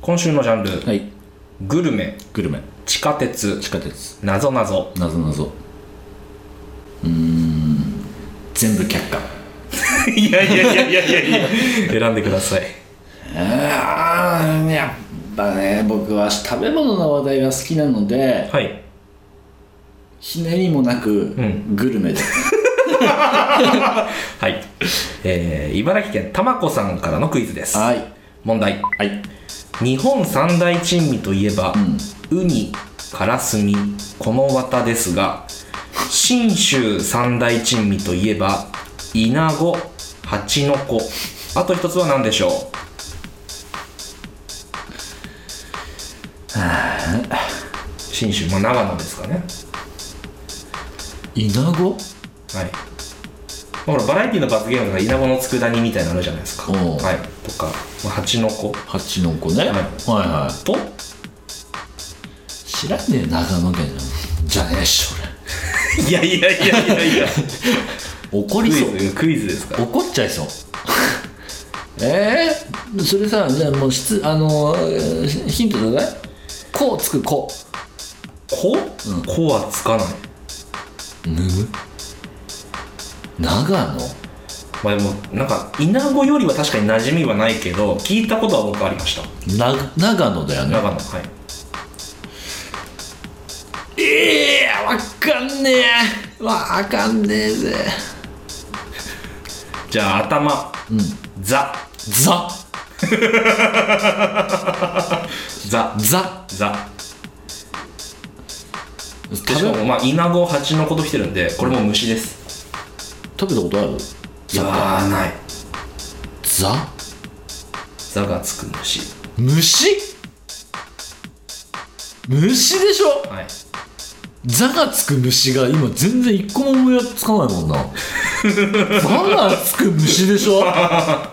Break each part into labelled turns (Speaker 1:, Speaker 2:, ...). Speaker 1: 今週のジャンル、
Speaker 2: はい
Speaker 1: グルメ
Speaker 2: グルメ
Speaker 1: 地下鉄
Speaker 2: 地下鉄
Speaker 1: なぞなぞ
Speaker 2: なぞなぞうーん全部却下
Speaker 1: いやいやいやいやいやいや選んでください
Speaker 2: あーやっぱね僕は食べ物の話題が好きなので
Speaker 1: はい
Speaker 2: ひねりもなく
Speaker 1: ん
Speaker 2: グルメで、
Speaker 1: はい、えー、茨城県たまこさんからのクイズです
Speaker 2: はい
Speaker 1: 問題
Speaker 2: はい
Speaker 1: 日本三大珍味といえば、ウニカラスミこの綿ですが信州三大珍味といえばイナゴハチノコあと一つは何でしょう信州、まあ、長野ですかね
Speaker 2: イナゴ
Speaker 1: はいほらバラエティの罰ゲームとかイナゴの佃煮みたいなのあるじゃないですか、
Speaker 2: おう
Speaker 1: はい、とか、まあ、ハチノコ
Speaker 2: ハチノコね、はい、はいはい
Speaker 1: と
Speaker 2: 知らねえ長野県じゃんじゃねえし
Speaker 1: いやいやいやいやいや
Speaker 2: 俺怒
Speaker 1: ク
Speaker 2: り
Speaker 1: イ
Speaker 2: そう
Speaker 1: ズクイズですか
Speaker 2: 怒っちゃ いそうえー、それさじゃあもうしつあのーヒントちょうだい「こ」つく「こ
Speaker 1: こ、こはつかない」
Speaker 2: 長野
Speaker 1: まあでもなんかイナゴよりは確かに馴染みはないけど聞いたことは僕ありました
Speaker 2: な長野だよね
Speaker 1: 長野はい
Speaker 2: ええー、わかんねえわかんねえぜ
Speaker 1: じゃあ頭、ザ
Speaker 2: ザ
Speaker 1: ザ
Speaker 2: ザ
Speaker 1: ザでし
Speaker 2: 食
Speaker 1: か
Speaker 2: べ
Speaker 1: もまあイナゴハチノコと来てるんでこれも虫です
Speaker 2: 食べたことある
Speaker 1: いやーない
Speaker 2: ザ
Speaker 1: ザがつく虫
Speaker 2: 虫虫でしょ
Speaker 1: はい
Speaker 2: ザがつく虫が今全然一個も思いつかないもんなザがつく虫でしょは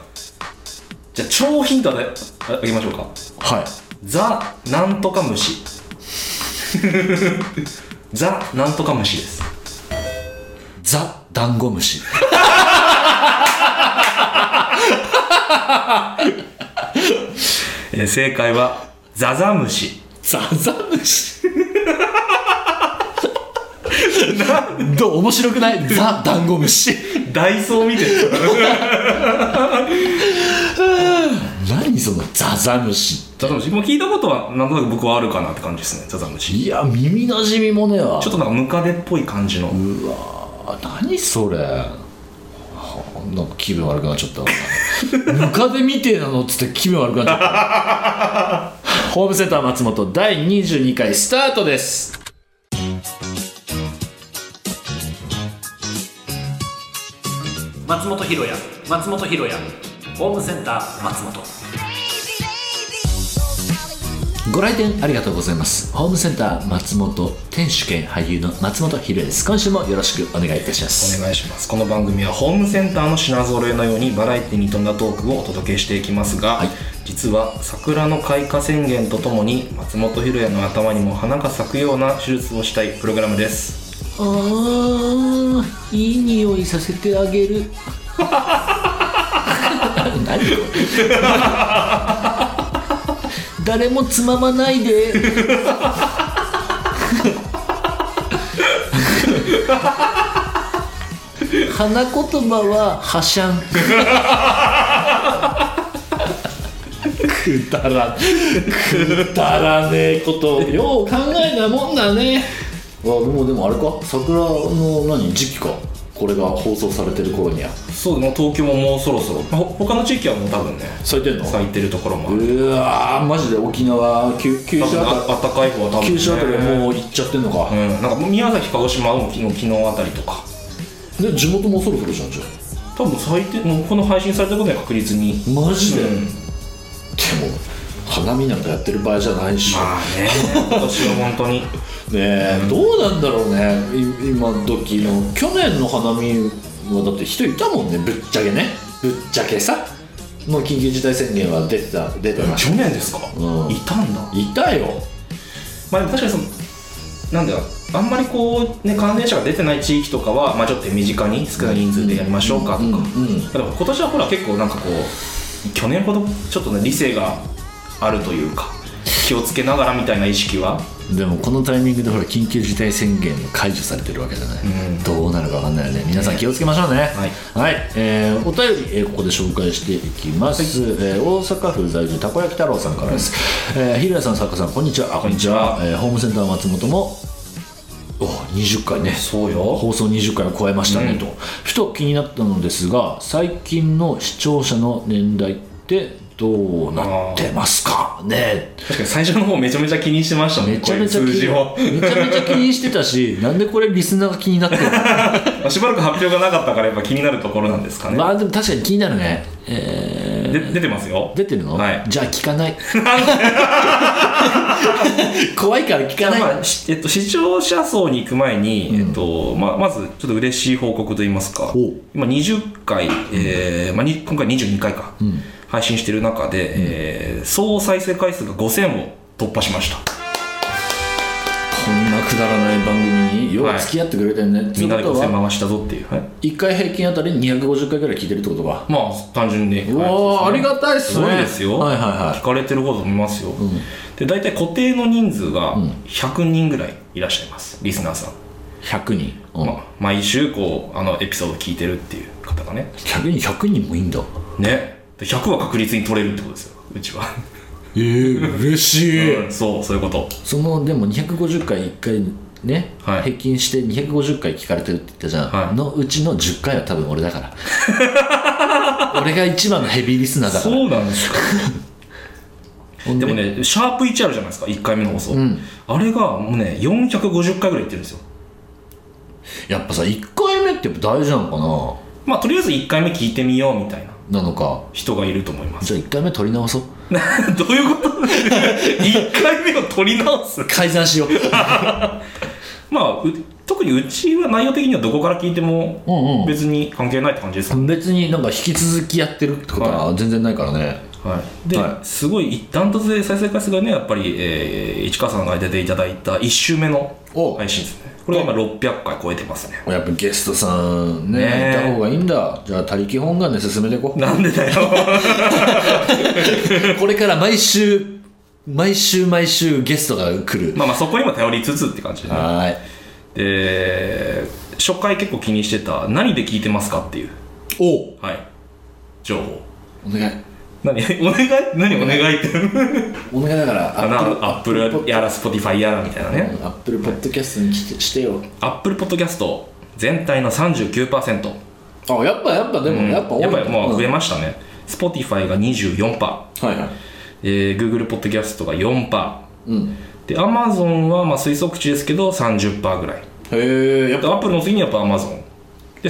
Speaker 1: じゃあ超ヒントでああげましょうか
Speaker 2: い
Speaker 1: ザなんとか虫 ザなんとか虫です
Speaker 2: ザダンゴムシ
Speaker 1: えー正解はザザムシ
Speaker 2: ザザムシどう面白くないザダンゴムシ
Speaker 1: ダイソー見てる
Speaker 2: 何そのザザムシ
Speaker 1: ザザムシもう聞いたことはなんとなく僕はあるかなって感じですねザザムシ
Speaker 2: いや耳なじみもねえわ
Speaker 1: ちょっとなんかムカデっぽい感じの
Speaker 2: あ何それはあなんか気分悪くなっちゃったなムカデみてえなのっつって気分悪くなっちゃった ホームセンター松本第22回スタートです
Speaker 3: 松本ひろや松本ひろやホームセンター松本
Speaker 2: ご来店ありがとうございますホームセンター松本店主兼俳優の松本ひろです今週もよろしくお願いいたします
Speaker 1: お願いしますこの番組はホームセンターの品揃えのようにバラエティに富んだトークをお届けしていきますが、
Speaker 2: はい
Speaker 1: 実は桜の開花宣言とともに松本ひろやの頭にも花が咲くような手術をしたいプログラムです
Speaker 2: あーいい匂いさせてあげる 何これ誰もつままないで 花言葉ははしゃんくだらくだらねえことをよう考えたもんだねあもうでもあれか桜の何時期かこれが放送されてる頃には
Speaker 1: そうもう東京ももうそろそろほ他の地域はもう多分ね
Speaker 2: 咲いてんの
Speaker 1: 咲いてるところもある
Speaker 2: うわーマジで沖縄九九
Speaker 1: 多
Speaker 2: 州
Speaker 1: 分
Speaker 2: あた
Speaker 1: あ暖かい方は多分、
Speaker 2: り
Speaker 1: ね、
Speaker 2: 九州あたりはもう行っちゃってんのか
Speaker 1: う、ん、なんかもう宮崎鹿児島はもう昨日昨日あたりとか
Speaker 2: で地元もそろそろじゃんじゃ
Speaker 1: 多分最低もうこの配信されたことには確実に
Speaker 2: んマジで、
Speaker 1: うん
Speaker 2: でも花見なんかやってる場合じゃないし、
Speaker 1: まあね今年は本当に
Speaker 2: ねえ、どうなんだろうねい今時の去年の花見はだって人いたもんねぶっちゃけねぶっちゃけさもう緊急事態宣言は出てた出てまし
Speaker 1: 去年ですか、
Speaker 2: うん
Speaker 1: いたんだ
Speaker 2: たいたよ
Speaker 1: まあでも確かにそのなんだよあんまりこうね感染者が出てない地域とかは、まあ、ちょっと手短に少ない人数でやりましょうかとか、
Speaker 2: うんうんうん
Speaker 1: だから今年はほら結構なんかこう去年ほどちょっとね理性があるというか気をつけながらみたいな意識は
Speaker 2: でもこのタイミングでほら緊急事態宣言が解除されてるわけじゃない、どうなるか分かんないよね皆さん気をつけましょうねはいえーお便り、えーここで紹介していきます、えー大阪府在住たこ焼き太郎さんからです、えー、平谷さん作家さんこんにちはあこんにちは、えーホームセンター松本もお20回ね
Speaker 1: そうよ
Speaker 2: 放送20回を超えましたね、とふと気になったのですが最近の視聴者の年代ってどうなってますかね
Speaker 1: 確かに最初の方めちゃめちゃ気にしてましたもん
Speaker 2: めちゃめちゃ
Speaker 1: こ
Speaker 2: 気
Speaker 1: ういう数字を
Speaker 2: にめちゃめちゃ気にして たしなんでこれリスナーが気になってるのか
Speaker 1: まあしばらく発表がなかったからやっぱ気になるところなんですかね、
Speaker 2: まあでも確かに気になるね、え
Speaker 1: で出てますよ
Speaker 2: ー、出てるの、
Speaker 1: はい
Speaker 2: じゃあ聞かない 怖いから聞かない、
Speaker 1: まあしえっと、視聴者層に行く前に、えっとまあ、まずちょっと嬉しい報告といいますか
Speaker 2: おう
Speaker 1: 今20回、えーまあ、に今回22回か、配信してる中で、えー総再生回数が5000を突破しました
Speaker 2: こんなくだらない番組によう付き合ってくれてるね、って
Speaker 1: みんな
Speaker 2: こ
Speaker 1: で
Speaker 2: と
Speaker 1: 5000
Speaker 2: は
Speaker 1: 回したぞっていう、はい、
Speaker 2: 1回平均あたり250回ぐらい聞いてるってことか
Speaker 1: まあ単純に
Speaker 2: うわーありがたいっすね
Speaker 1: すごいですよ、
Speaker 2: はいはいはい
Speaker 1: 聞かれてること見ますよ、で大体固定の人数が100人ぐらいいらっしゃいますリスナーさん、
Speaker 2: 100人、うん
Speaker 1: まあ、毎週こうあのエピソード聞いてるっていう方がね
Speaker 2: 100人100人もいいんだ
Speaker 1: ねで100は確率に取れるってことですようちは、
Speaker 2: ええー、嬉し
Speaker 1: うんそうそういうこと
Speaker 2: そのでも250回1回ね、
Speaker 1: はい
Speaker 2: 平均して250回聞かれてるって言ったじゃん、
Speaker 1: はい
Speaker 2: のうちの10回は多分俺だから 俺が一番のヘビーリスナーだから
Speaker 1: そうなんですか
Speaker 2: ほん
Speaker 1: で
Speaker 2: で
Speaker 1: もねシャープ1あるじゃないですか1回目の放送、
Speaker 2: ん
Speaker 1: あれがもうね450回ぐらいいってるんですよ
Speaker 2: やっぱさ1回目ってやっぱ大事なの
Speaker 1: まあとりあえず1回目聞いてみようみたいな
Speaker 2: かななのか
Speaker 1: 人がいると思います
Speaker 2: じゃあ1回目取り直そう
Speaker 1: どういうこと一回目を取り直す
Speaker 2: 改ざんしよう
Speaker 1: まあう特にうちは内容的にはどこから聞いて
Speaker 2: うんう
Speaker 1: も
Speaker 2: ん
Speaker 1: 別に関係ないって感じです、
Speaker 2: 別になんか引き続きやってるってことは全然ないからね、
Speaker 1: はい、で、
Speaker 2: は
Speaker 1: すごいダントツで再生回数がねやっぱり、えー市川さんが出ていただいた1週目の
Speaker 2: お
Speaker 1: 配信ですねこれが今600回超えてますね
Speaker 2: やっぱゲストさんね
Speaker 1: ねえ
Speaker 2: いた方がいいんだじゃあ他力本願で進めていこう
Speaker 1: なんでだ よ
Speaker 2: これから毎週毎週毎週ゲストが来る
Speaker 1: まあまあそこにも頼りつつって感じで、ね、
Speaker 2: はーい
Speaker 1: で初回結構気にしてた何で聞いてますかっていう
Speaker 2: おう
Speaker 1: はい情報
Speaker 2: お願い
Speaker 1: 何お願い何お願いって
Speaker 2: お願いだから
Speaker 1: あのアップルやらスポティファイやらみたいなね
Speaker 2: アップルポッドキャストに来てしてよ
Speaker 1: アップルポッドキャスト全体の39%、
Speaker 2: あやっぱやっぱでも、
Speaker 1: うん、
Speaker 2: やっぱ多い
Speaker 1: やっぱりもう増え
Speaker 2: は
Speaker 1: ましたね Spotify が24%、
Speaker 2: いはい
Speaker 1: えー、Google ポッドキャストが4%
Speaker 2: うん
Speaker 1: で Amazon はまあ推測値ですけど30%ぐらい
Speaker 2: へえやっ
Speaker 1: で
Speaker 2: ぱ
Speaker 1: Apple の次にやっぱ Amazon で Spotify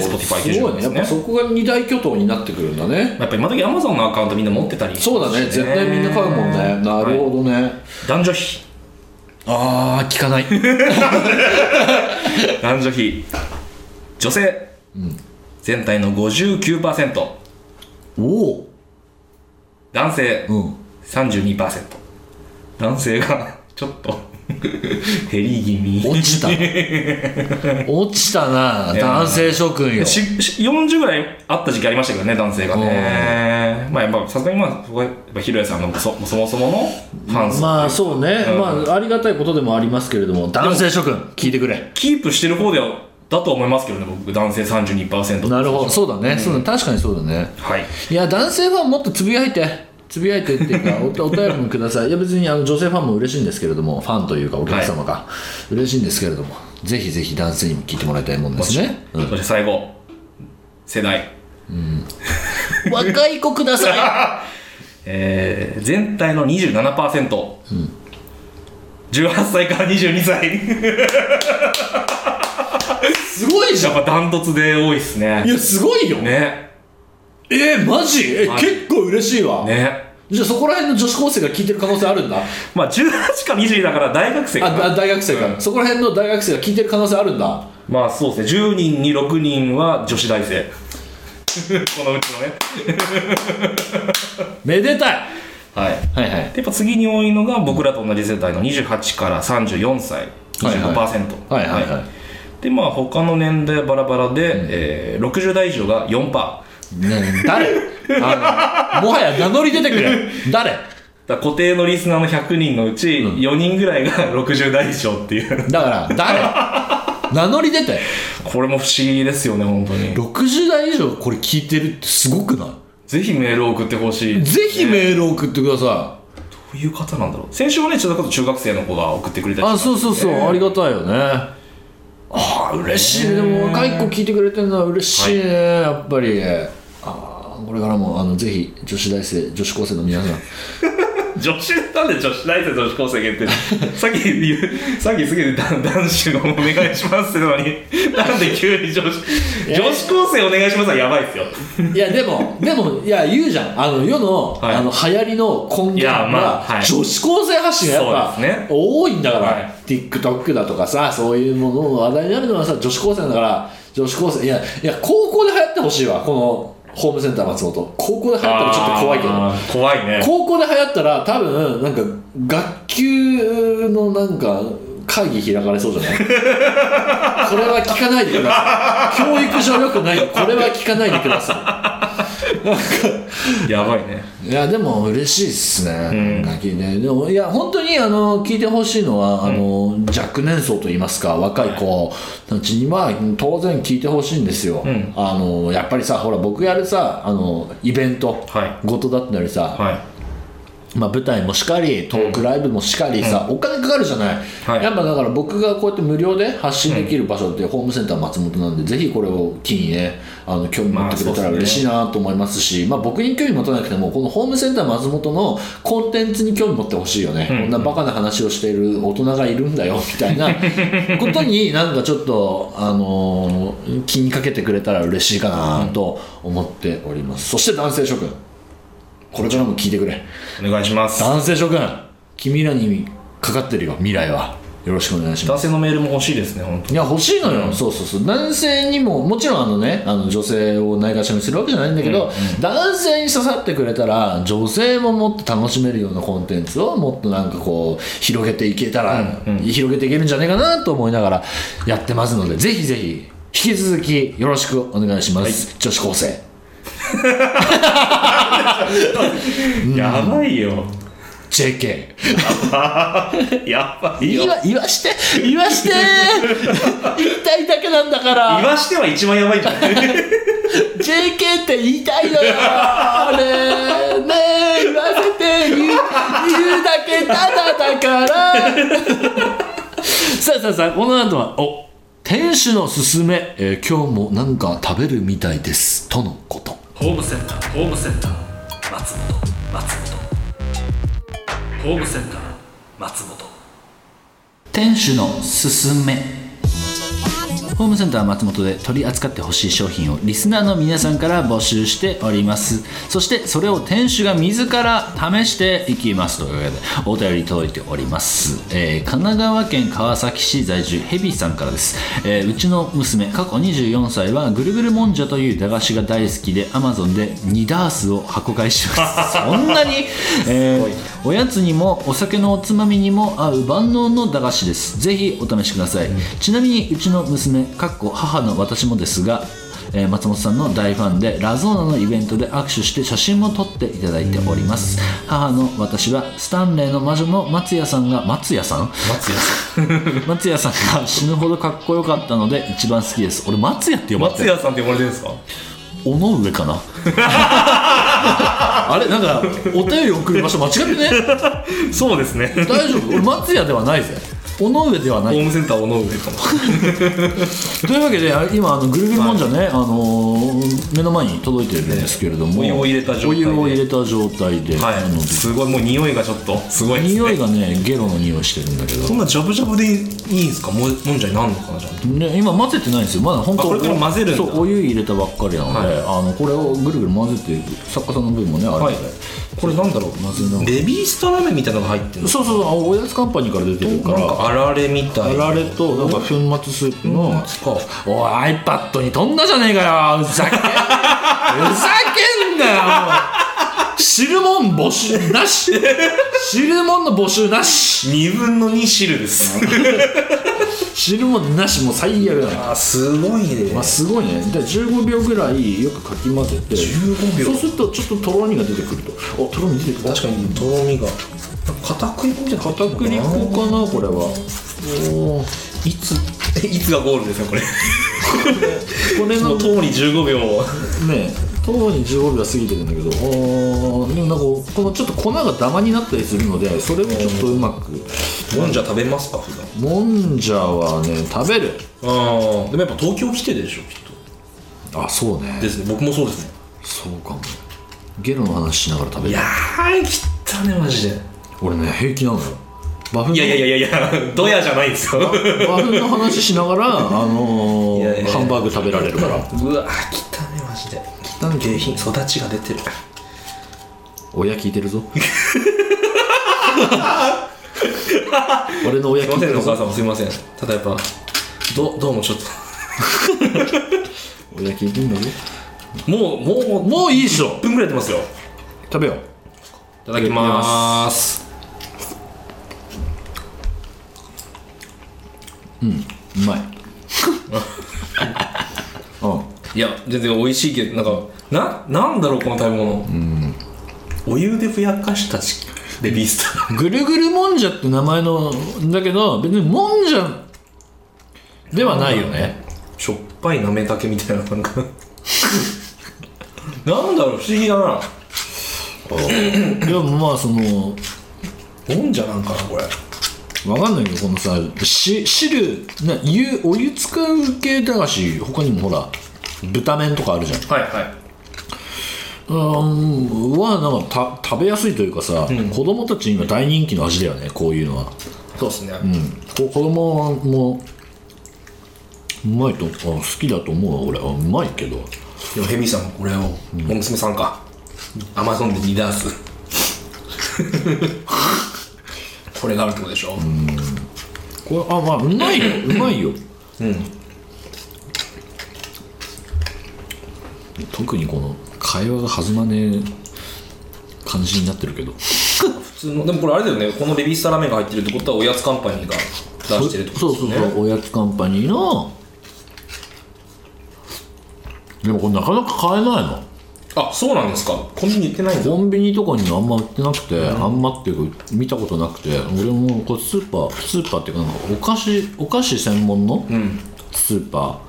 Speaker 2: すごい
Speaker 1: 90%
Speaker 2: ね
Speaker 1: で
Speaker 2: や
Speaker 1: す
Speaker 2: っ
Speaker 1: ね
Speaker 2: ぱそこが二大巨頭になってくるんだね
Speaker 1: やっぱ今時 Amazon のアカウントみんな持ってたり
Speaker 2: そうだね
Speaker 1: して
Speaker 2: 絶対みんな買うもんねなる
Speaker 1: はい
Speaker 2: ほどね、
Speaker 1: 男女比
Speaker 2: ああ 聞かない
Speaker 1: 男女比女性、全体の59%
Speaker 2: おお
Speaker 1: 男性、
Speaker 2: うん
Speaker 1: 32%男性が ちょっと減り気味
Speaker 2: 落 ちた落ちたな男性諸君よ
Speaker 1: しし40ぐらいあった時期ありましたけどね男性がねまあやっぱさすがにまあそこはやっぱひろやさんのそそもそものファン層
Speaker 2: まあそうね、
Speaker 1: うん
Speaker 2: まあありがたいことでもありますけれども男性諸君聞いてくれ
Speaker 1: キープしてる方ではだと思いますけどね僕男性32%
Speaker 2: なるほどそうだね、そうだね確かにそうだね
Speaker 1: はい
Speaker 2: いや男性ファンもっとつぶやいてつぶやいてっていうかお お便りもくださいいや別にあの女性ファンも嬉しいんですけれどもファンというかお客様が、嬉しいんですけれどもぜひぜひ男性にも聞いてもらいたいもんですね、うん
Speaker 1: そして最後世代
Speaker 2: 若い子ください
Speaker 1: えー全体の27%、18歳から22歳
Speaker 2: すごいじ
Speaker 1: やっぱダントツで多いっすね
Speaker 2: いやすごいよ、
Speaker 1: ね
Speaker 2: えー、マジえ
Speaker 1: マジ
Speaker 2: 結構嬉しいわ、
Speaker 1: ね
Speaker 2: じゃあそこら辺の女子高生が聞いてる可能性あるんだ
Speaker 1: まあ18か22だから大学生か
Speaker 2: あ
Speaker 1: な
Speaker 2: あ大学生か、
Speaker 1: うん
Speaker 2: そこら辺の大学生が聞いてる可能性あるんだ
Speaker 1: まあそうですね10人に6人は女子大生 このうちのね
Speaker 2: めでたい
Speaker 1: はい
Speaker 2: はいはい
Speaker 1: でやっぱ次に多いのが僕らと同じ世代の28から34歳
Speaker 2: はいは
Speaker 1: 25%
Speaker 2: いはいはいはい
Speaker 1: でまあ他の年代はバラバラで、えー60代以上が4%
Speaker 2: ねえ誰あのもはや名乗り出てくれ誰
Speaker 1: だから固定のリスナーの100人のうち4人ぐらいが60代以 上っていう
Speaker 2: だから誰名乗り出て
Speaker 1: これも不思議ですよね本当に
Speaker 2: 60代以上これ聞いてるってすごくな
Speaker 1: ぜひメールを送ってほしい
Speaker 2: いぜひメール送ってくださ
Speaker 1: どういう方なんだろう先週もねちょっとこと中学生の子が送ってくれた
Speaker 2: い、
Speaker 1: り
Speaker 2: あそうそうそう、ありがたいよね
Speaker 1: あー嬉
Speaker 2: 嬉しいでも若い子聞いてくれてるのは嬉しいね、やっぱりあーこれからもあのぜひ女子大生女子高生の皆さん
Speaker 1: 女子なんで女子大生女子高生限定 さっき言うさっきすげえ男男子のお願いしますってのに なんで急に女子女子高生お願いしますはやばいっすよ
Speaker 2: いやでもでもいや言うじゃんあの世の,、
Speaker 1: はい
Speaker 2: あの流行りの根
Speaker 1: い
Speaker 2: 源
Speaker 1: や
Speaker 2: は、
Speaker 1: まあはい
Speaker 2: 女子高生発信がやっぱ、
Speaker 1: そうですね
Speaker 2: 多いんだから、
Speaker 1: はい
Speaker 2: TikTok だとかさそういうものの話題になるのはさ女子高生だから女子高生いやいや高校で流行ってほしいわこのホームセンター松本高校で流行ったらちょっと怖いけど
Speaker 1: あー怖いね
Speaker 2: 高校で流行ったら多分なんか学級のなんか会議開かれそうじゃな いこれは聞かないでください教育上良くないこれは聞かないでくださ
Speaker 1: やばいね
Speaker 2: いいやでも嬉しいっすね、
Speaker 1: ん
Speaker 2: なんか聞いてでもいや本当にあの聞いてほしいのは、あの若年層といいますか若い子たちには当然聞いてほしいんですよ、
Speaker 1: ん
Speaker 2: あのやっぱりさほら僕やるさあのイベント、
Speaker 1: は
Speaker 2: ごとだったりさ、
Speaker 1: はい
Speaker 2: まあ、舞台もしかりトークライブもしかりさ、お金かかるじゃない、
Speaker 1: はい
Speaker 2: やっぱだから僕がこうやって無料で発信できる場所ってホームセンター松本なんで、ぜひこれを機にねあの興味持ってくれた
Speaker 1: まあ
Speaker 2: ら
Speaker 1: そうで
Speaker 2: 嬉
Speaker 1: すね
Speaker 2: しいなと思いますし、まあ僕に興味持たなくてもこのホームセンター松本のコンテンツに興味持ってほしいよね、こんなバカな話をしている大人がいるんだよみ たいなことになんかちょっと、あのー気にかけてくれたら嬉しいかなと思っております、そして男性諸君これからも聞いてくれ
Speaker 1: お願いします
Speaker 2: 男性諸君君らにかかってるよ未来はよろしくお願いしま
Speaker 1: 男
Speaker 2: す
Speaker 1: 性のメールも欲しいですね本当
Speaker 2: いや欲しいのよ、そうそうそう男性にももちろんあのねあの女性をないがしろにするわけじゃないんだけど、男性に刺さってくれたら女性ももっと楽しめるようなコンテンツをもっとなんかこう広げていけたら、広げていけるんじゃないかなと思いながらやってますのでぜひぜひ引き続きよろしくお願いします、女子高生
Speaker 1: やばいよ
Speaker 2: JK
Speaker 1: やばいよ
Speaker 2: 言わ言わして言わ して言いたいだけなんだから
Speaker 1: 言わしては一番やばいんじゃない
Speaker 2: JK って言いたいのよねえねえ言わせて言う言うだけただだからさあさあさあこの後はお店主のすすめ、えー今日もなんか食べるみたいですとのこと
Speaker 3: ホームセンターホームセンター松本松本ホームセンター松本
Speaker 2: 店主のすすめホームセンター松本で取り扱ってほしい商品をリスナーの皆さんから募集しておりますそしてそれを店主が自ら試していきますというわけでお便り届いております、えー神奈川県川崎市在住ヘビさんからです、えーうちの娘過去24歳はぐるぐるもんじゃという駄菓子が大好きで Amazon で2ダースを箱買いしますそんなに、えーおやつにもお酒のおつまみにも合う万能の駄菓子ですぜひお試しください、ちなみにうちの娘かっこ母の私もですがえー松本さんの大ファンでラゾーナのイベントで握手して写真も撮っていただいております母の私はスタンレーの魔女の松屋さんが松屋さん松屋さん松屋さんが死ぬほどかっこよかったので一番好きです俺松屋って呼ばれて
Speaker 1: 松
Speaker 2: る
Speaker 1: 屋さんって呼ばれてるんですか
Speaker 2: 尾上かなあれなんかお便り送る場所間違ってね
Speaker 1: そうですね
Speaker 2: 大丈夫俺松屋ではないぜ尾上ではな
Speaker 1: ホ
Speaker 2: い
Speaker 1: ームセンター尾上かも
Speaker 2: というわけであ今あのぐるぐるもんじゃね、あのー目の前に届いてるんですけれども、
Speaker 1: お湯を入れた状
Speaker 2: お
Speaker 1: 態で
Speaker 2: 湯を入れた状態で、なの
Speaker 1: はい
Speaker 2: です
Speaker 1: ごいもう匂いがちょっとすごいですね
Speaker 2: 匂いがねゲロの匂いしてるんだけ
Speaker 1: そ
Speaker 2: ど、
Speaker 1: んなジャブジャブでいいんですかももんじゃになんのかなちゃんと
Speaker 2: ね、今混ぜてないんですよまだ本当
Speaker 1: あこれから混ぜるんだ
Speaker 2: そうお湯入れたばっかりなので、あのこれをぐるぐる混ぜて作家さんの分もねあるので、
Speaker 1: はいこれなんだろ
Speaker 2: 混ぜなが
Speaker 1: う
Speaker 2: ら
Speaker 1: ベビースターラーメンみたいなのが入ってるの
Speaker 2: そうそうそうおやつカンパニーから出てるか
Speaker 1: なん
Speaker 2: ら
Speaker 1: かあられみた
Speaker 2: あ
Speaker 1: いな
Speaker 2: られとなんか粉末スープの、
Speaker 1: か
Speaker 2: おい iPad に飛んだじゃねえかよふざけふざけんなよもう汁もん募集なし汁もんの募集なし
Speaker 1: 2分の2汁です
Speaker 2: 汁もなしもう最悪だな
Speaker 1: あすごいね
Speaker 2: まあすごいねで15秒ぐらいよくかき混ぜて
Speaker 1: 15秒
Speaker 2: そうするとちょっととろみが出てくるとあとろみ出てくる
Speaker 1: 確かにとろみが片栗粉みたいな
Speaker 2: 片栗粉かなこれはおー
Speaker 1: いついつがゴールです かこれ
Speaker 2: これ
Speaker 1: そ
Speaker 2: の
Speaker 1: の
Speaker 2: と
Speaker 1: 通り15秒
Speaker 2: ねとうに15秒は過ぎてるんだけどおーでもなんかこのちょっと粉がダマになったりするのでそれをちょっとうまく
Speaker 1: もんじゃ食べますか普段
Speaker 2: もんじゃはね食べる
Speaker 1: ああでもやっぱ東京来てでしょきっと
Speaker 2: あそうね
Speaker 1: ですね僕もそうですね
Speaker 2: そうかもゲロの話しながら食べ
Speaker 1: い
Speaker 2: る
Speaker 1: やー来たねマジで
Speaker 2: 俺ね平気なのよバフの
Speaker 1: いやいやいやいやドヤじゃないですよ
Speaker 2: バフの話しながら、あのー
Speaker 1: いやいやいや
Speaker 2: ハンバーグ食べられるか
Speaker 1: う
Speaker 2: ら
Speaker 1: わ来たねマジで
Speaker 2: 汚ね
Speaker 1: 下品育ちが出てる
Speaker 2: 親聞いてるぞ俺の親
Speaker 1: すい
Speaker 2: 聞
Speaker 1: ませ
Speaker 2: いて
Speaker 1: んね
Speaker 2: る
Speaker 1: お母さ
Speaker 2: ぞ
Speaker 1: んもすいませんただやっぱどどうもちょっと
Speaker 2: 親聞いてんだぞ
Speaker 1: もうもうもう
Speaker 2: もういいでしょ
Speaker 1: 1分ぐらいやってますよ
Speaker 2: 食べよう
Speaker 1: いただきまーす
Speaker 2: う まいうん
Speaker 1: いや全然美味しいけどなんかななんだろうこの食べ物お湯でふやかしたチキンベビースタ
Speaker 2: ぐるぐるもんじゃって名前のだけど別にもんじゃではないよね
Speaker 1: ー しょっぱいなめたけみたいななんか なんだろう不思議だな
Speaker 2: でもまあその
Speaker 1: もんじゃなんかなこれ
Speaker 2: わかんないけどこのさし汁な湯お湯使う系だがし他にもほら豚麺とかあるじゃん
Speaker 1: はいは
Speaker 2: うーんはなんかた食べやすいというかさ、子供たちに今大人気の味だよねこういうのは、
Speaker 1: いそうですね、
Speaker 2: うん、こ子供もうまいとあ好きだと思うわ俺はうまいけど
Speaker 1: でもヘビさんはこれを、お娘さんかアマゾンでリダー スこれがあるってことでしょ、
Speaker 2: これあまあうまいようまいようん特にこの会話が弾まねえ感じになってるけど
Speaker 1: 普通のでもこれあれだよねこのベビースターラーメンが入ってるってことはおやつカンパニーが出してるってこと
Speaker 2: そう
Speaker 1: です
Speaker 2: そう
Speaker 1: よね
Speaker 2: そうおやつカンパニーのでもこれなかなか買えないの
Speaker 1: あそうなんですかコンビニに売ってないんだ
Speaker 2: コンビニとかにあんま売ってなくて、あんまっていうか見たことなくて俺もこうスーパースーパーっていうかなんかお菓子お菓子専門のスーパ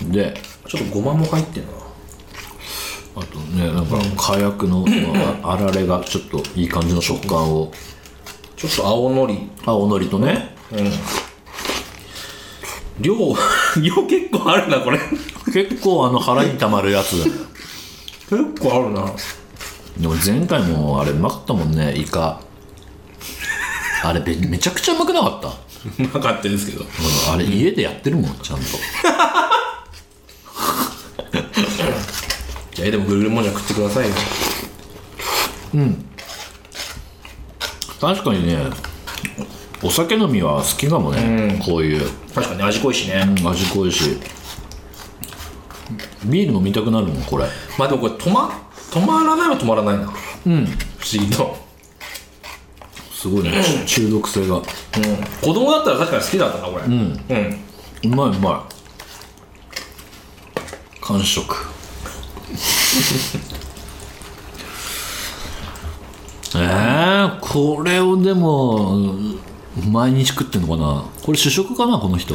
Speaker 2: ーで
Speaker 1: ちょっとごまも入ってるな
Speaker 2: あとねなんか火薬 の、まあ、あられがちょっといい感じの食感を
Speaker 1: ちょっと青のり
Speaker 2: 青のりとね
Speaker 1: 量 量結構あるなこれ
Speaker 2: 結構あの腹にたまるやつ
Speaker 1: 結構あるな
Speaker 2: でも前回もあれうまかったもんねイカあれべめちゃくちゃうまくなかった
Speaker 1: うまかったですけど
Speaker 2: あれ家でやってるもんちゃんと
Speaker 1: いやでもぐるぐるもんじゃ食ってくださいよ
Speaker 2: 確かにねお酒飲みは好きかもね、こういう
Speaker 1: 確かに味濃いしね、
Speaker 2: うん味濃いしビール飲みたくなるもんこれ
Speaker 1: まあでもこれ止ま止まらないは止まらないなうん不思議と
Speaker 2: す ごいね中毒性が
Speaker 1: 子供だったら確かに好きだったなこれうん、うん、
Speaker 2: うまいうまい完食 えー、これをでもうん毎日食ってんのかなこれ主食かなこの人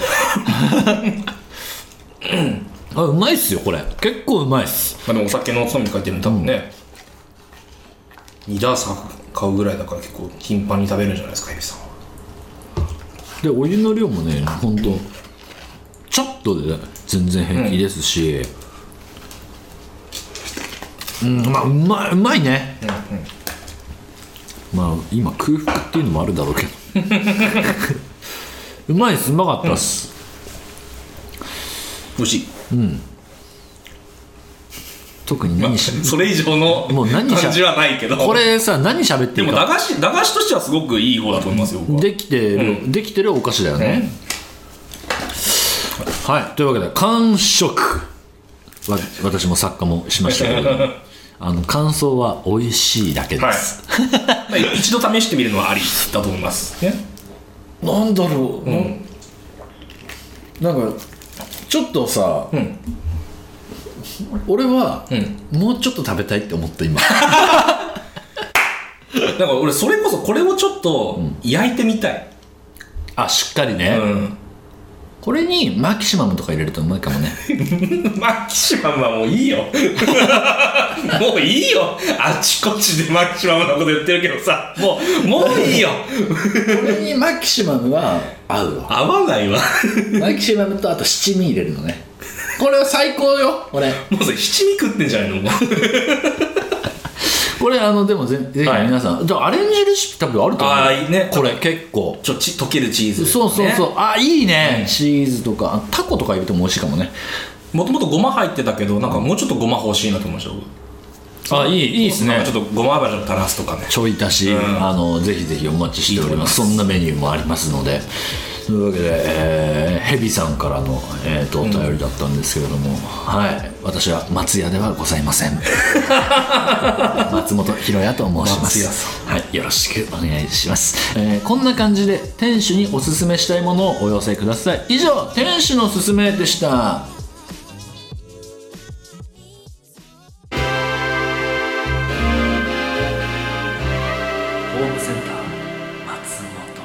Speaker 2: あうまいっすよこれ結構うまいっす
Speaker 1: まあでもお酒のおつまみに書いてるの多分ね、2ダース買うぐらいだから結構頻繁に食べるんじゃないですかエビさんは
Speaker 2: でお湯の量もねほんとちょっとで全然平気ですしうん、まあうまいうまいね、まあ今空腹っていうのもあるだろうけど うまいですうまかったっす、
Speaker 1: 美味しい
Speaker 2: 特に何し
Speaker 1: それ以上の
Speaker 2: もう何しゃ
Speaker 1: 感じはないけど
Speaker 2: これさ何喋っ
Speaker 1: で
Speaker 2: て
Speaker 1: も
Speaker 2: るか
Speaker 1: 駄菓子駄菓子としてはすごくいい方だと思いますよ僕は
Speaker 2: できてる、できてるお菓子だよね、はいというわけで完食わ私も作家もしましたけれ どもあの感想は美味しいだけです、
Speaker 1: はい一度試してみるのはありだと思いますね
Speaker 2: なんだろう、
Speaker 1: うん
Speaker 2: なんかちょっとさ、
Speaker 1: うん
Speaker 2: 俺は、
Speaker 1: うん
Speaker 2: もうちょっと食べたいって思った今
Speaker 1: だから俺それこそこれをちょっと焼いてみたい、
Speaker 2: あしっかり
Speaker 1: う
Speaker 2: ね、
Speaker 1: ん、
Speaker 2: これにマキシマムとか入れるとうまいかもね
Speaker 1: マキシマムはもういいよ もういいよあちこちでマキシマムのこと言ってるけどさもうもういいよ
Speaker 2: これにマキシマムは合うわ
Speaker 1: 合わないわ
Speaker 2: マキシマムとあと七味入れるのねこれは最高よ俺
Speaker 1: もうそれ七味食ってんじゃないのもう
Speaker 2: これあのでもぜぜひ
Speaker 1: はい
Speaker 2: 皆さん、じゃあアレンジレシピ多分あると思う
Speaker 1: あーいいね
Speaker 2: これ結構
Speaker 1: ちょち溶けるチーズ
Speaker 2: そうそうそう、
Speaker 1: ね
Speaker 2: あいいね、チーズとかあタコとか入れても美味しいかもね
Speaker 1: もともとごま入ってたけどなんかもうちょっとごま欲しいなと思いました僕
Speaker 2: あいいいいです
Speaker 1: なん
Speaker 2: ね
Speaker 1: かちょっとごま油を垂らすとかね
Speaker 2: ちょい足し、
Speaker 1: ん
Speaker 2: あのぜひぜひお待ちしておりますそんなメニューもありますのでというわけで、えー、ヘビさんからの、えー、とお便りだったんですけれども、はい私は松屋ではございません松本ひろやと申しま
Speaker 1: 松屋
Speaker 2: すはいよろしくお願いします、えーこんな感じで店主におすすめしたいものをお寄せください以上店主のすすめでした
Speaker 3: ホームセンター松本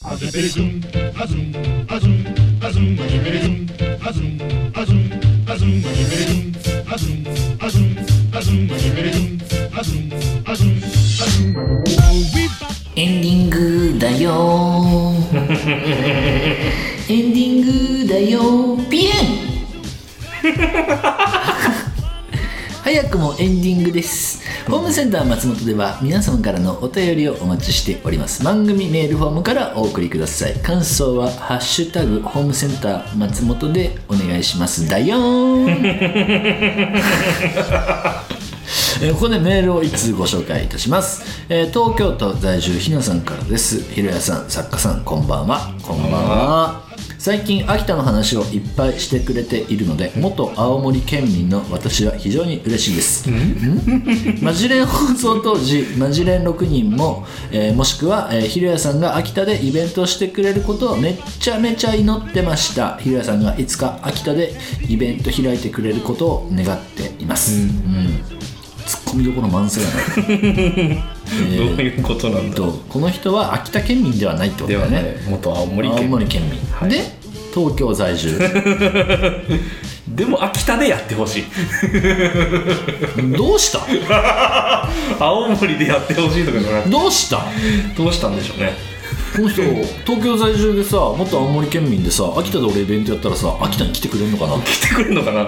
Speaker 4: Azum, azum, azum, azum, azum, azum, azum, azum, azum, azum, azum, azum, azum, azum.
Speaker 2: エンディングだよーエンディングだよーピエン早くもエンディングですホームセンター松本では皆様からのお便りをお待ちしております番組メールフォームからお送りください感想は「ハッシュタグホームセンター松本」でお願いしますだよーんえーここでメールを一通ご紹介いたします、えー東京都在住ひなさんからですひろやさん作家さんこんばんはこんばんは最近秋田の話をいっぱいしてくれているので元青森県民の私は非常に嬉しいですんマジレン放送当時マジレン6人も、えーもしくは、えーひろやさんが秋田でイベントをしてくれることをめっちゃめちゃ祈ってましたひろやさんがいつか秋田でイベント開いてくれることを願っています、うんツッコミどころ満載やな、
Speaker 1: どういうことなん
Speaker 2: えっ
Speaker 1: だ
Speaker 2: とこの人は秋田県民ではないってこと
Speaker 1: で
Speaker 2: だ
Speaker 1: は
Speaker 2: よ
Speaker 1: ね
Speaker 2: ね
Speaker 1: 元青森
Speaker 2: 青
Speaker 1: 県
Speaker 2: 森県民、
Speaker 1: い
Speaker 2: で東京在住
Speaker 1: でも秋田でやってほしい
Speaker 2: どうした
Speaker 1: 青森でやってほしいとかじゃなくて
Speaker 2: どうした
Speaker 1: どうしたんでしょうね
Speaker 2: この人東京在住でさ元青森県民でさ秋田で俺イベントやったらさ秋田に来てくれるのかな
Speaker 1: 来てくれるのかな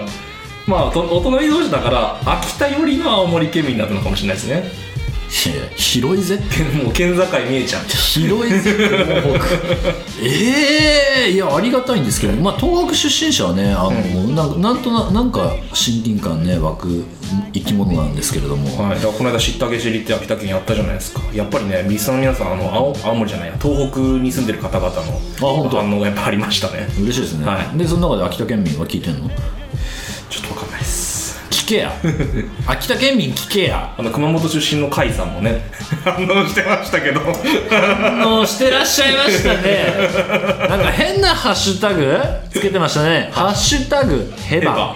Speaker 1: まあおお隣同士だから秋田寄りの青森県民だったのかもしれないですね
Speaker 2: いやいや広いぜ
Speaker 1: もう県境見えちゃう
Speaker 2: 広いぜ東 北ええいやありがたいんですけど、まあ、東北出身者はねあの、なんかなんとななんか親近感ね湧く生き物なんですけれども、
Speaker 1: はい、だからこの間知ったげ知りって秋田県やったじゃないですかやっぱりねリスナーの皆さんあの青青森じゃないや東北に住んでる方々の
Speaker 2: 本当
Speaker 1: 反応がやっぱありましたね
Speaker 2: 嬉しいですね、
Speaker 1: はい
Speaker 2: でその中で秋田県民は聞いてんの
Speaker 1: ちょっとわかんないです
Speaker 2: 聞けや 秋田県民聞けや
Speaker 1: あの熊本出身の甲斐さんもね 反応してましたけど
Speaker 2: 反応してらっしゃいましたねなんか変なハッシュタグつけてましたね「ハッシュタグヘバ」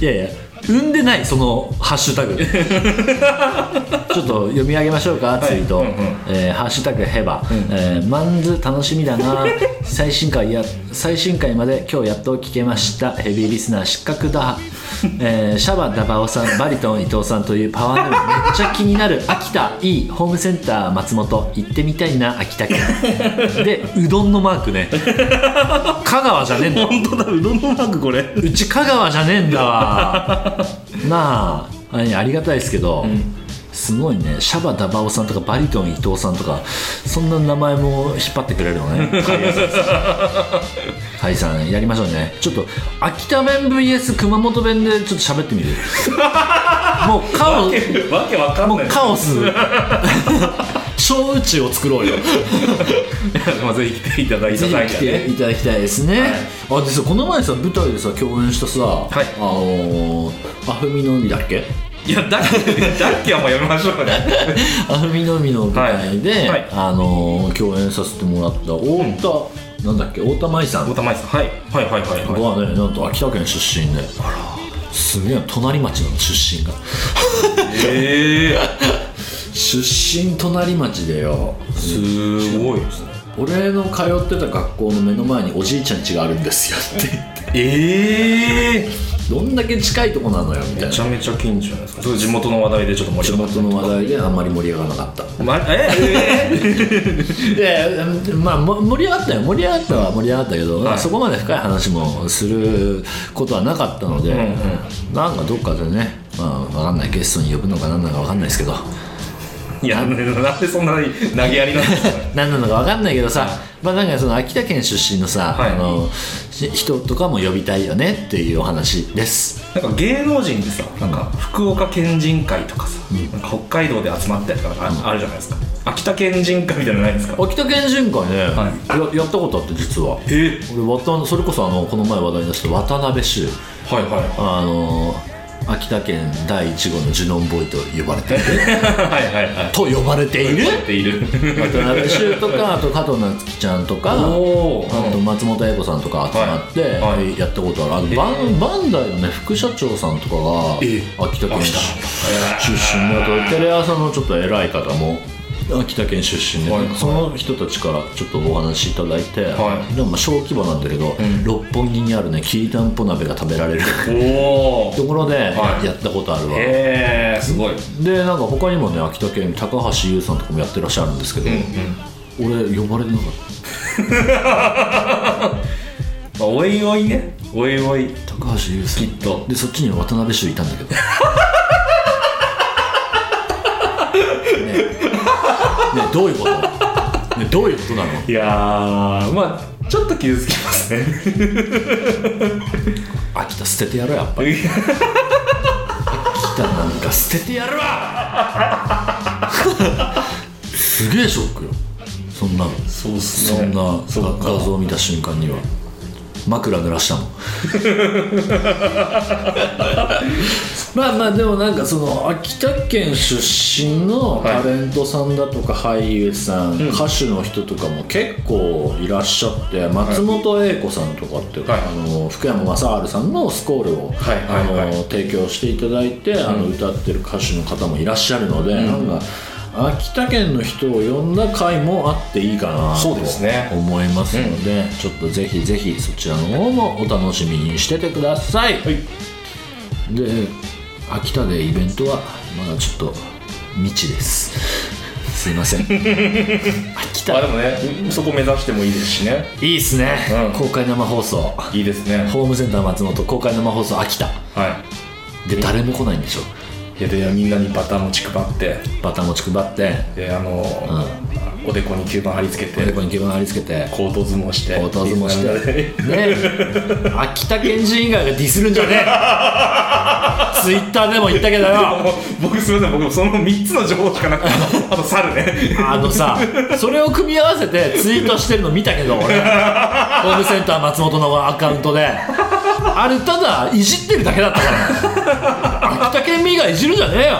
Speaker 2: いやいや産んでないそのハッシュ タグちょっと読み上げましょうかツイート「
Speaker 1: うんうん
Speaker 2: えーハッシュタグヘバ」えーマンズ楽しみ だな最新回や最新回まで今日やっと聞けましたヘビーリスナー失格だ」えーシャバダバオさんバリトン伊藤さんというパワーネームめっちゃ気になる秋田いいホームセンター松本行ってみたいな秋田 県でうどんのマークね香川じゃねえんだ
Speaker 1: 本当だうどんのマークこれ
Speaker 2: うち香川じゃねえん だわなああれありがたいですけど、すごいねシャバダバオさんとかバリトン伊藤さんとかそんな名前も引っ張ってくれるの ねはいさんやりましょうねちょっと秋田弁 VS 熊本弁でちょっと喋って みるもうカオ
Speaker 1: わけわかん
Speaker 2: も
Speaker 1: な
Speaker 2: う
Speaker 1: い
Speaker 2: カオス 小宇宙を作ろうよ
Speaker 1: まあぜひ来ていただいた
Speaker 2: ぜひ
Speaker 1: 際に
Speaker 2: 来
Speaker 1: はね
Speaker 2: ていただきたいですね、あでさこの前さ舞台でさ共演したさ、あのー、あふみの海だっけ
Speaker 1: いやダッキーダッキーはもうやめましょうね
Speaker 2: あの南の舞台で、
Speaker 1: はいはい
Speaker 2: あのー共演させてもらった太田、なんだっけ太田舞さん
Speaker 1: 太田舞さん、はい、はいはいはいはい
Speaker 2: はねなんと秋田県出身ですげえ隣町なの出身が
Speaker 1: ええ
Speaker 2: 出身隣町でよ
Speaker 1: すごいですね
Speaker 2: 俺の通ってた学校の目の前におじいちゃん家があるんですよって言って
Speaker 1: ええ
Speaker 2: どんだけ近いとこなのよみたい
Speaker 1: め
Speaker 2: な
Speaker 1: ちゃめちゃ近所じゃないですかそれ地元の話題でちょっと盛り
Speaker 2: 地
Speaker 1: 上がっ
Speaker 2: 元の話題であんまり盛り上がらなかった
Speaker 1: た、ま、ええ
Speaker 2: でまあも盛り上がったよ盛り上がったは盛り上がったけど、
Speaker 1: はい
Speaker 2: そこまで深い話もすることはなかったので、
Speaker 1: ん
Speaker 2: なんかどっかでねまあ分かんないゲストに呼ぶのか何なのか分かんないですけど
Speaker 1: いやなんでそんな投げやりなんですかね
Speaker 2: 何なのか分かんないけどさ、まあ、なんかその秋田県出身のさ、
Speaker 1: はい
Speaker 2: あのし人とかも呼びたいよねっていうお話です
Speaker 1: なんか芸能人でさなんか福岡県人会とかさ、なんか北海道で集まったりとかなんかああるじゃないですか秋田県人会みたいなのないですか
Speaker 2: 秋田県人会ね、
Speaker 1: は
Speaker 2: ややったことあって実は
Speaker 1: え
Speaker 2: 俺渡それこそあのこの前話題に出した渡辺修
Speaker 1: はいはいは
Speaker 2: あの秋田県第1号のジュノンボーイと呼ばれている
Speaker 1: いはいはいはい
Speaker 2: と呼ばれている
Speaker 1: っている
Speaker 2: 渡辺修 とかあと加藤夏樹ちゃんとか
Speaker 1: おー
Speaker 2: あと松本英子さんとか集まって
Speaker 1: はいはい
Speaker 2: やったことある、あとバンバンダイのね副社長さんとか
Speaker 1: え
Speaker 2: が秋田県
Speaker 1: 秋田
Speaker 2: 出身だとテレ朝のちょっと偉い方も秋田県出身で、
Speaker 1: はいはい
Speaker 2: その人たちからちょっとお話しいただいて、
Speaker 1: はい
Speaker 2: でもまあ小規模なんだけど、六本木にあるねきりたんぽ鍋が食べら れる
Speaker 1: おお
Speaker 2: ところで
Speaker 1: はい
Speaker 2: やったことあるわ、
Speaker 1: へえすごい
Speaker 2: でなんか他にもね秋田県高橋優さんとかもやってらっしゃるんですけど、俺呼ばれてなかっ
Speaker 1: ま
Speaker 2: た
Speaker 1: あおいおいねおいおい
Speaker 2: 高橋優さ
Speaker 1: き
Speaker 2: ん
Speaker 1: っと
Speaker 2: でそっちには渡辺衆いたんだけ どねえねえどういうこと、ねえ、どういうことなの
Speaker 1: いやーまあちょっと傷つきますね
Speaker 2: 秋田捨ててやろうやっぱり秋田なんか捨ててやるわ すげえショックよそんなの
Speaker 1: そうっす
Speaker 2: そんな
Speaker 1: そっか
Speaker 2: 画像を見た瞬間には枕濡らした のまあまあでもなんかその秋田県出身のタレントさんだとか俳優さん、歌手の人とかも結構いらっしゃって松本英子さんとかって、
Speaker 1: はい
Speaker 2: あの福山雅治さんのスコールを、
Speaker 1: はいはいはい
Speaker 2: あの提供していただいて、あの歌ってる歌手の方もいらっしゃるので、なんか秋田県の人を呼んだ回もあっていいかな
Speaker 1: そうですね
Speaker 2: と思いますので、ちょっとぜひぜひそちらの方もお楽しみにしててください、で秋田でイベントはまだちょっと未知ですすい ません秋
Speaker 1: まあ
Speaker 2: 田
Speaker 1: でもねそこ目指してもいいですしね
Speaker 2: いいっすね、
Speaker 1: うん
Speaker 2: 公開生放送
Speaker 1: いいですね
Speaker 2: ホームセンター松本公開生放送秋田
Speaker 1: は
Speaker 2: で誰も来ないんでしょ
Speaker 1: いいやでみんなにバターもちくばって
Speaker 2: バタ持ち配って
Speaker 1: であの、おでこに吸盤貼り付け
Speaker 2: お
Speaker 1: て
Speaker 2: でこに基盤貼り付けて
Speaker 1: コート相撲して
Speaker 2: お尋もし
Speaker 1: みんな
Speaker 2: て
Speaker 1: で
Speaker 2: ねえ秋田県人以外がディスるんじゃねえツイッターでも言ったけどよ
Speaker 1: 僕すみません僕もその3つの情報しかなくてあと猿 ね
Speaker 2: あのさそれを組み合わせてツイートしてるの見たけど俺ホームセンター松本のアカウントであれただいじってるだけだったから秋田県民以外いじるんじゃねえよ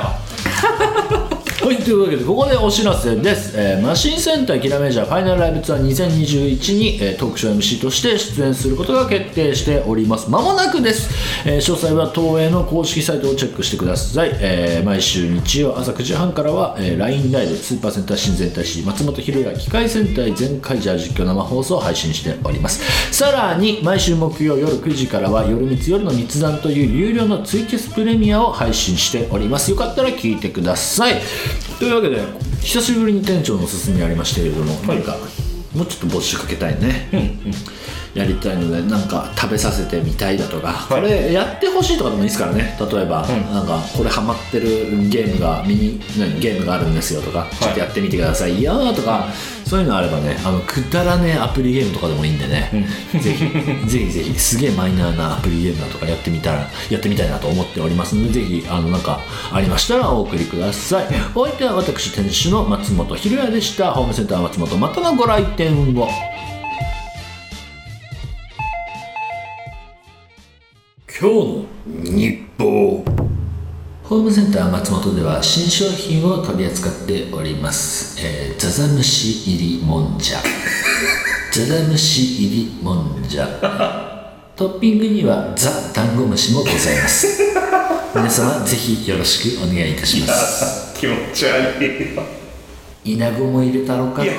Speaker 2: はい、というわけでここでお知らせです、えーマシンセンターキラメジャーファイナルライブツアー2021に、えートークショー MC として出演することが決定しておりますまもなくです、えー詳細は東映の公式サイトをチェックしてください、えー毎週日曜朝9時半からは、えー LINE ライブスーパーセンター新全体師松本博也機械戦隊全カイジャー実況生放送を配信しておりますさらに毎週木曜夜9時からは夜三つ夜の密談という有料のツイキャスプレミアを配信しておりますよかったら聞いてくださいというわけで久しぶりに店長のおすすめありましたけれども、なんかもうちょっと募集かけたいね、やりたいのでなんか食べさせてみたいだとか、これやってほしいとかでもいいですからね例えば、なんかこれハマってるゲームがミニ何ゲームがあるんですよとか、ちょっとやってみてくださいよとかそういうのあればねあのくだらねえアプリゲームとかでもいいんでね、ぜひ ぜひぜひすげえマイナーなアプリゲームだとかやってみたらやってみたいなと思っておりますのでぜひあのなんかありましたらお送りくださいお相手は私店主の松本ひろやでしたホームセンター松本またのご来店を今日の日報ホームセンター松本では新商品を取り扱っております、えー、ザザムシ入りもんじゃ ザザムシ入りもんじゃ トッピングにはザ・ダンゴムシもございます皆様ぜひよろしくお願いいたします
Speaker 1: 気持ち悪いよ
Speaker 2: イナゴも入れたろか
Speaker 1: やだ